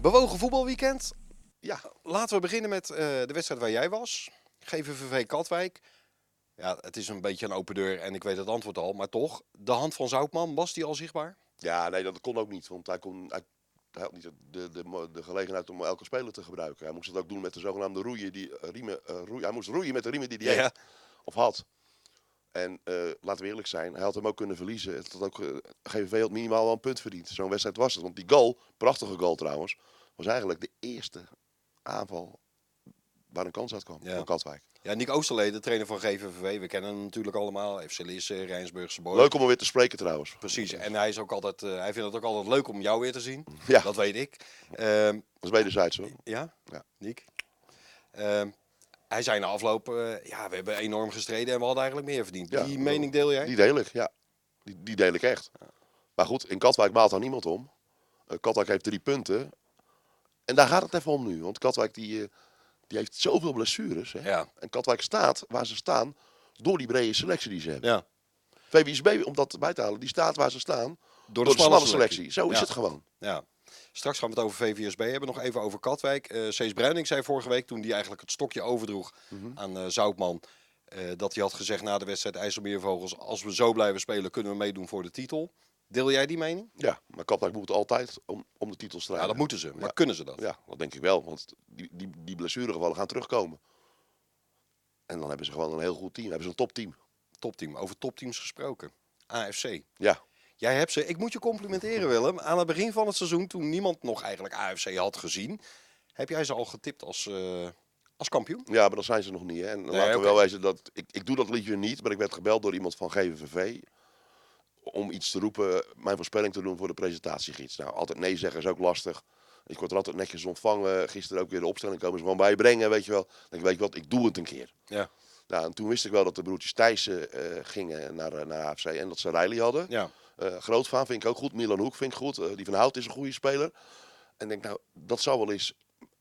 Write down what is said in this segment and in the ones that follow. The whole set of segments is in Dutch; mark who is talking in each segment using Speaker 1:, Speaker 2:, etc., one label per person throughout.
Speaker 1: Bewogen voetbalweekend. Ja, laten we beginnen met eh, de wedstrijd waar jij was. GVVV Katwijk. Ja, het is een beetje een open deur en ik weet het antwoord al, maar toch. De hand van Zoutman, was die al zichtbaar?
Speaker 2: Ja, nee, dat kon ook niet. Want hij, kon, hij, hij had niet de, de, mo- de gelegenheid om elke speler te gebruiken. Hij moest dat ook doen met de zogenaamde roeien die, eh, riemen. eh, roeien- hij moest roeien met de riemen die hij heeft of had. En eh, laten we eerlijk zijn, hij had hem ook kunnen verliezen. Het had ook, eh, GVV had minimaal wel een punt verdiend. Zo'n wedstrijd was het. Want die goal, prachtige goal trouwens, was eigenlijk de eerste aanval waar een kans uit kwam
Speaker 1: Ja.
Speaker 2: van Katwijk.
Speaker 1: Ja, Nick Oosterlee, de trainer van GVVV. We kennen hem natuurlijk allemaal. FC Lisse, Rijnsburgse Boy.
Speaker 2: Leuk om hem weer te spreken trouwens.
Speaker 1: Precies. En hij, is ook altijd, eh, hij vindt het ook altijd leuk om jou weer te zien.
Speaker 2: Ja, dat
Speaker 1: Dat weet ik. Ehm,
Speaker 2: is wederzijds hoor.
Speaker 1: Ja?
Speaker 2: Ja.
Speaker 1: Niek? Ehm, hij zei na afloop, eh, ja, we hebben enorm gestreden en we hadden eigenlijk meer verdiend.
Speaker 2: Ja,
Speaker 1: die
Speaker 2: ik
Speaker 1: mening deel jij?
Speaker 2: Die deel ik, ja. Die, die deel ik echt. Maar goed, in Katwijk maalt daar niemand om. Eh, Katwijk heeft drie punten. En daar gaat het even om nu. Want Katwijk die, eh, die heeft zoveel blessures. Hè?
Speaker 1: Ja.
Speaker 2: En Katwijk staat waar ze staan door die brede selectie die ze hebben.
Speaker 1: Ja.
Speaker 2: VWSB, om dat erbij te halen, die staat waar ze staan door, de
Speaker 1: smalle
Speaker 2: smalle selectie. Zo is
Speaker 1: Ja.
Speaker 2: het gewoon.
Speaker 1: Ja. Straks gaan we het over VVSB hebben. Nog even over Katwijk. Eh Cees Bruining zei vorige week, toen hij eigenlijk het stokje overdroeg
Speaker 2: Mhm.
Speaker 1: aan eh, Zoutman... eh, dat hij had gezegd na de wedstrijd IJsselmeervogels... als we zo blijven spelen, kunnen we meedoen voor de titel. Deel jij die mening?
Speaker 2: Ja, maar Katwijk moet altijd om, om de titel strijden.
Speaker 1: Ja, dat moeten ze. Maar
Speaker 2: Ja.
Speaker 1: kunnen ze dat?
Speaker 2: Ja, dat denk ik wel. Want die, die, die blessuregevallen gaan terugkomen. En dan hebben ze gewoon een heel goed team. Hebben ze een topteam.
Speaker 1: Topteam. Over topteams gesproken. AFC.
Speaker 2: Ja.
Speaker 1: Jij hebt ze. Ik moet je complimenteren, Willem. Aan het begin van het seizoen, toen niemand nog eigenlijk AFC had gezien, heb jij ze al getipt als, eh, als kampioen.
Speaker 2: Ja, maar dat zijn ze nog niet. Hè? En laten we
Speaker 1: oké.
Speaker 2: wel wezen dat. Ik, ik doe dat liedje niet, maar ik werd gebeld door iemand van GVVV. om iets te roepen, mijn voorspelling te doen voor de presentatiegids. Nou, altijd nee zeggen is ook lastig. Ik word er altijd netjes ontvangen. Gisteren ook weer de opstelling komen ze gewoon bij je brengen, weet je wel. Dan denk ik, weet je wat, ik doe het een keer.
Speaker 1: Ja.
Speaker 2: Nou, en toen wist ik wel dat de broertjes Thijssen eh, gingen naar, eh, naar AFC en dat ze Riley hadden.
Speaker 1: Ja.
Speaker 2: Eh, Grootvaan vind ik ook goed. Milan Hoek vind ik goed. Eh, die van Hout is een goede speler. En ik denk, nou, dat zou wel eens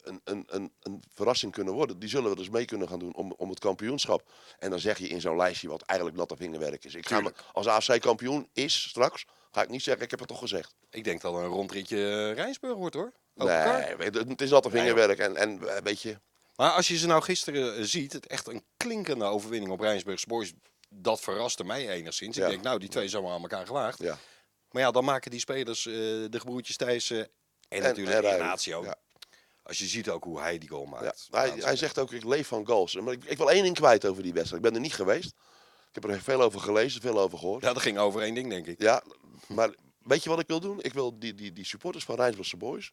Speaker 2: een, een, een, een verrassing kunnen worden. Die zullen we dus mee kunnen gaan doen om, om het kampioenschap. En dan zeg je in zo'n lijstje wat eigenlijk natte vingerwerk is. Ik ga,
Speaker 1: Tuurlijk.
Speaker 2: als AFC kampioen is straks, ga ik niet zeggen, ik heb het toch gezegd.
Speaker 1: Ik denk dat er een rondritje eh, Rijnsburg wordt hoor. Open kar.
Speaker 2: Nee, weet je, het is natte
Speaker 1: Nee, joh.
Speaker 2: vingerwerk. En, en eh, weet je,
Speaker 1: Maar als je ze nou gisteren eh, ziet, het echt een klinkende overwinning op Rijnsburgse Boys. Dat verraste mij enigszins. Ik
Speaker 2: Ja.
Speaker 1: denk, nou, die twee zijn wel aan elkaar gewaagd.
Speaker 2: ja.
Speaker 1: Maar ja, dan maken die spelers, eh, de gebroertjes Thijssen en,
Speaker 2: en
Speaker 1: natuurlijk
Speaker 2: Riley.
Speaker 1: Ignacio.
Speaker 2: Ja.
Speaker 1: Als je ziet ook hoe hij die goal
Speaker 2: Ja,
Speaker 1: maakt. Nou,
Speaker 2: hij, hij zegt ook, ik leef van goals. Maar ik, ik wil één ding kwijt over die wedstrijd. Ik ben er niet geweest. Ik heb er veel over gelezen, veel over gehoord.
Speaker 1: Ja, dat ging over één ding, denk ik.
Speaker 2: Ja, maar weet je wat ik wil doen? Ik wil die, die, die supporters van Rijnsburgse Boys,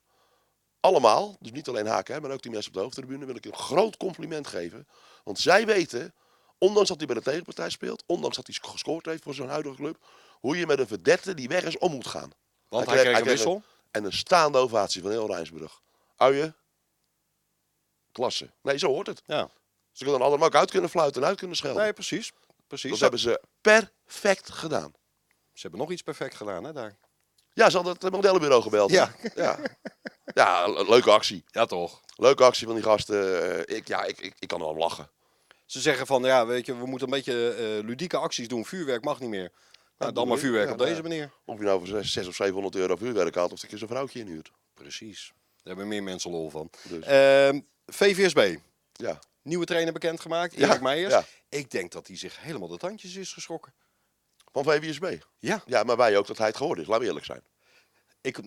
Speaker 2: allemaal, dus niet alleen Haken, hè, maar ook die mensen op de hoofdtribune, wil ik een groot compliment geven. Want zij weten, ondanks dat hij bij de tegenpartij speelt, ondanks dat hij gescoord heeft voor zijn huidige club, hoe je met een verdette die weg is om moet gaan.
Speaker 1: Want hij, kreeg een wissel.
Speaker 2: En een staande ovatie van heel Rijnsburg. Uien, klasse. Nee, zo hoort het.
Speaker 1: Ja.
Speaker 2: Ze kunnen allemaal ook uit kunnen fluiten en uit kunnen schelden.
Speaker 1: Nee, precies. precies.
Speaker 2: dat
Speaker 1: Ze, hebben...
Speaker 2: hebben ze perfect gedaan.
Speaker 1: ze hebben nog iets perfect gedaan, hè, daar.
Speaker 2: Ja, ze hadden het modellenbureau gebeld. hè?
Speaker 1: Ja.
Speaker 2: ja. Ja, le- leuke actie.
Speaker 1: Ja, toch.
Speaker 2: Leuke actie van die gasten. Eh, Ik, ja, ik, ik, ik kan er wel om lachen.
Speaker 1: Ze zeggen van, ja, weet je, we moeten een beetje eh, ludieke acties doen. Vuurwerk mag niet meer. Nou, dan
Speaker 2: bedoel
Speaker 1: maar
Speaker 2: ik.
Speaker 1: vuurwerk
Speaker 2: Ja,
Speaker 1: op
Speaker 2: nou
Speaker 1: deze
Speaker 2: ja.
Speaker 1: manier.
Speaker 2: Of je nou voor 6, of 700 euro vuurwerk haalt of dat je zo'n vrouwtje inhuurt.
Speaker 1: Precies. Daar hebben meer mensen lol van.
Speaker 2: Dus.
Speaker 1: Ehm, VVSB.
Speaker 2: Ja.
Speaker 1: Nieuwe trainer bekendgemaakt,
Speaker 2: Ja,
Speaker 1: Erik Meijers.
Speaker 2: ja.
Speaker 1: Ik denk dat hij zich helemaal de tandjes is geschrokken.
Speaker 2: Van VWSB.
Speaker 1: Ja,
Speaker 2: Ja, maar wij ook dat hij het geworden is. Laten we eerlijk zijn.
Speaker 1: ik,
Speaker 2: eh,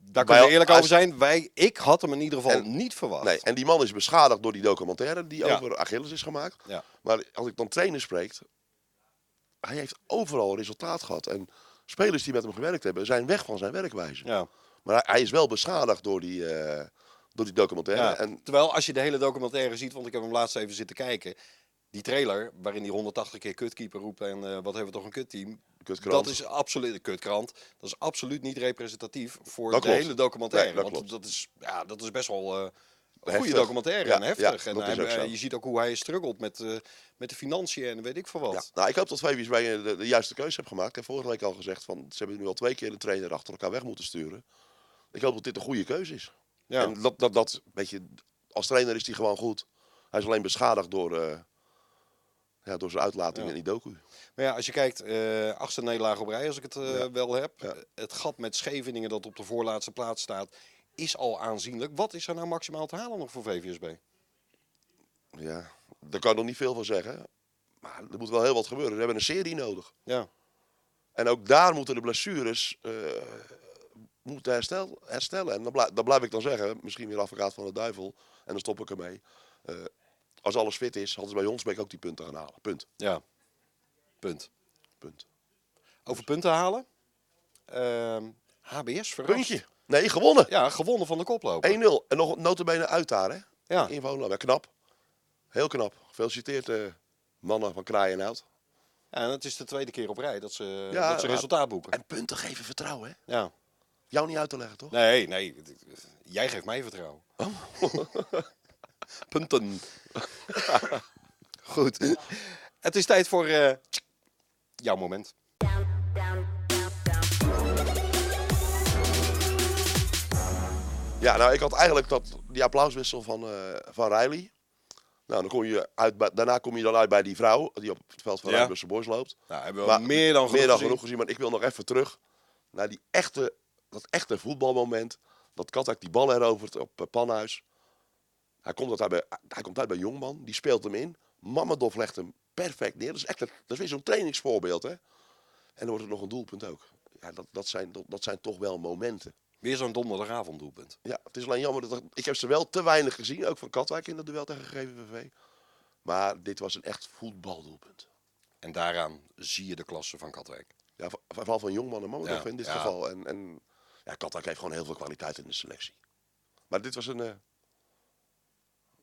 Speaker 1: daar kunnen we eerlijk
Speaker 2: als-
Speaker 1: over zijn. Wij, ik had hem in ieder geval
Speaker 2: En-
Speaker 1: niet verwacht.
Speaker 2: Nee, en die man is beschadigd door die documentaire die
Speaker 1: Ja.
Speaker 2: over Achilles is gemaakt.
Speaker 1: Ja.
Speaker 2: Maar als ik dan trainer spreek, hij heeft overal resultaat gehad. En spelers die met hem gewerkt hebben, zijn weg van zijn werkwijze.
Speaker 1: Ja.
Speaker 2: Maar hij, hij is wel beschadigd door die, eh, door die documentaire.
Speaker 1: Ja,
Speaker 2: En
Speaker 1: Terwijl als je de hele documentaire ziet, want ik heb hem laatst even zitten kijken. Die trailer waarin die 180 keer kutkeeper roept en eh, wat hebben we toch een kutteam.
Speaker 2: Kutkrant.
Speaker 1: Dat is absoluut een kutkrant. Dat is absoluut niet representatief voor
Speaker 2: Dat
Speaker 1: de
Speaker 2: klopt.
Speaker 1: hele documentaire.
Speaker 2: Nee, dat
Speaker 1: want
Speaker 2: klopt.
Speaker 1: dat is, ja, dat is best wel eh, een
Speaker 2: Heftig.
Speaker 1: goede documentaire
Speaker 2: Ja,
Speaker 1: en heftig.
Speaker 2: ja,
Speaker 1: en
Speaker 2: dat
Speaker 1: hij-
Speaker 2: is ook zo.
Speaker 1: eh, je ziet ook hoe hij struggelt met, eh, met de financiën en weet ik veel wat.
Speaker 2: Ja, nou, ik hoop dat VWSB de, de juiste keuze heeft gemaakt. Ik heb vorige week al gezegd, van, ze hebben nu al twee keer de trainer achter elkaar weg moeten sturen. Ik hoop dat dit een goede keuze is.
Speaker 1: Ja.
Speaker 2: En dat, dat, dat, weet je, als trainer is hij gewoon goed. Hij is alleen beschadigd door, eh, Ja, door zijn uitlating
Speaker 1: Ja.
Speaker 2: in die docu.
Speaker 1: Maar ja, als je kijkt, eh achtste nederlaag op rij, als ik het eh,
Speaker 2: Ja.
Speaker 1: wel heb.
Speaker 2: Ja.
Speaker 1: Het gat met Scheveningen dat op de voorlaatste plaats staat, is al aanzienlijk. Wat is er nou maximaal te halen nog voor VVSB?
Speaker 2: Ja, daar kan ik nog niet veel van zeggen. Maar er moet wel heel wat gebeuren. Ze hebben een serie nodig.
Speaker 1: Ja,
Speaker 2: En ook daar moeten de blessures eh, moeten herstel, herstellen. En dan blijf, dat blijf ik dan zeggen, misschien weer advocaat van de duivel. En dan stop ik ermee. Eh, als alles fit is, hadden ze bij Jonsbeek ook die punten gaan halen. Punt.
Speaker 1: ja. Punt.
Speaker 2: Punt.
Speaker 1: Over punten halen. Ehm, HBS verrast.
Speaker 2: Puntje. Nee, gewonnen.
Speaker 1: Ja, gewonnen van de koploper.
Speaker 2: 1-0. En nog notabene uit daar, hè?
Speaker 1: Ja.
Speaker 2: In Volendam. Ja, knap. Heel knap. Gefeliciteerd, eh, mannen van Kraai en Hout.
Speaker 1: Ja, en het is de tweede keer op rij dat ze,
Speaker 2: Ja,
Speaker 1: dat ze
Speaker 2: maar-
Speaker 1: resultaat boeken.
Speaker 2: En punten geven vertrouwen, hè?
Speaker 1: Ja.
Speaker 2: Jou niet uit te leggen, toch?
Speaker 1: Nee, nee. Jij geeft mij vertrouwen.
Speaker 2: Oh.
Speaker 1: Punten. Goed. Het is tijd voor eh, jouw moment.
Speaker 2: Ja, nou, ik had eigenlijk dat, die applauswissel van, eh, van Riley. Nou, dan kom je uit, bij- daarna kom je dan uit bij die vrouw die op het veld van
Speaker 1: Ja.
Speaker 2: ja. Boys loopt.
Speaker 1: Nou, hebben we al meer dan genoeg
Speaker 2: meer dan
Speaker 1: gezien.
Speaker 2: genoeg gezien. Maar ik wil nog even terug naar die echte, dat echte voetbalmoment. Dat Katak die bal herovert op eh, Panhuis. Hij komt, uit bij, hij komt uit bij Jongman. Die speelt hem in. Mamadov legt hem perfect neer. Dat is, echt een- dat is weer zo'n trainingsvoorbeeld. Hè? En dan wordt het nog een doelpunt ook. Ja, dat, dat, zijn, dat, dat zijn toch wel momenten.
Speaker 1: Weer zo'n donderdagavond doelpunt.
Speaker 2: Ja, het is alleen jammer dat er- ik heb ze wel te weinig gezien, ook van Katwijk in dat duel tegen GVVV. Maar dit was een echt voetbaldoelpunt.
Speaker 1: En daaraan zie je de klasse van Katwijk.
Speaker 2: Ja, vo- vooral van jongman en Mamadov
Speaker 1: Ja,
Speaker 2: in dit
Speaker 1: ja.
Speaker 2: geval. En, en ja, Katwijk heeft gewoon heel veel kwaliteit in de selectie. Maar dit was een. eh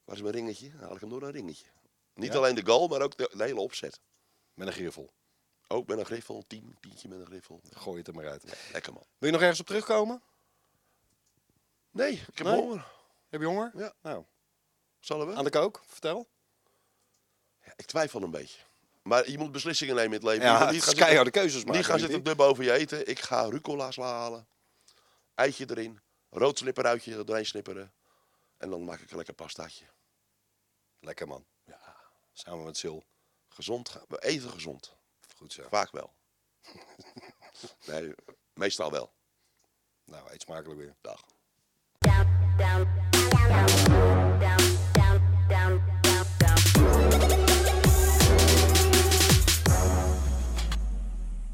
Speaker 2: waar is mijn ringetje? Dan haal ik hem door naar een ringetje. Niet
Speaker 1: Ja.
Speaker 2: alleen de goal, maar ook de, de hele opzet.
Speaker 1: Met een griffel.
Speaker 2: Ook met een griffel, tien, tientje met een griffel.
Speaker 1: Gooi het er maar uit.
Speaker 2: Ja, lekker man.
Speaker 1: Wil je nog ergens op terugkomen?
Speaker 2: Nee, ik heb
Speaker 1: Nee?
Speaker 2: honger.
Speaker 1: Heb je honger?
Speaker 2: Ja.
Speaker 1: Nou,
Speaker 2: Zullen we?
Speaker 1: aan de kook. Vertel.
Speaker 2: Ja, ik twijfel een beetje. Maar je moet beslissingen nemen in het leven. Je
Speaker 1: Ja,
Speaker 2: moet
Speaker 1: het
Speaker 2: niet
Speaker 1: is
Speaker 2: gaan zitten-
Speaker 1: keiharde keuzes maken.
Speaker 2: Die gaan
Speaker 1: niet?
Speaker 2: zitten dubben over je eten. Ik ga rucola sla halen. Eitje erin. Rood slipperuitje er doorheen snipperen. En dan maak ik een lekker pastaatje.
Speaker 1: Lekker man.
Speaker 2: Ja.
Speaker 1: Samen met Sil.
Speaker 2: Gezond. ga- Even gezond.
Speaker 1: Goed zo.
Speaker 2: Vaak wel. nee, meestal wel.
Speaker 1: Nou, eet smakelijk weer.
Speaker 2: Dag.
Speaker 3: down, down,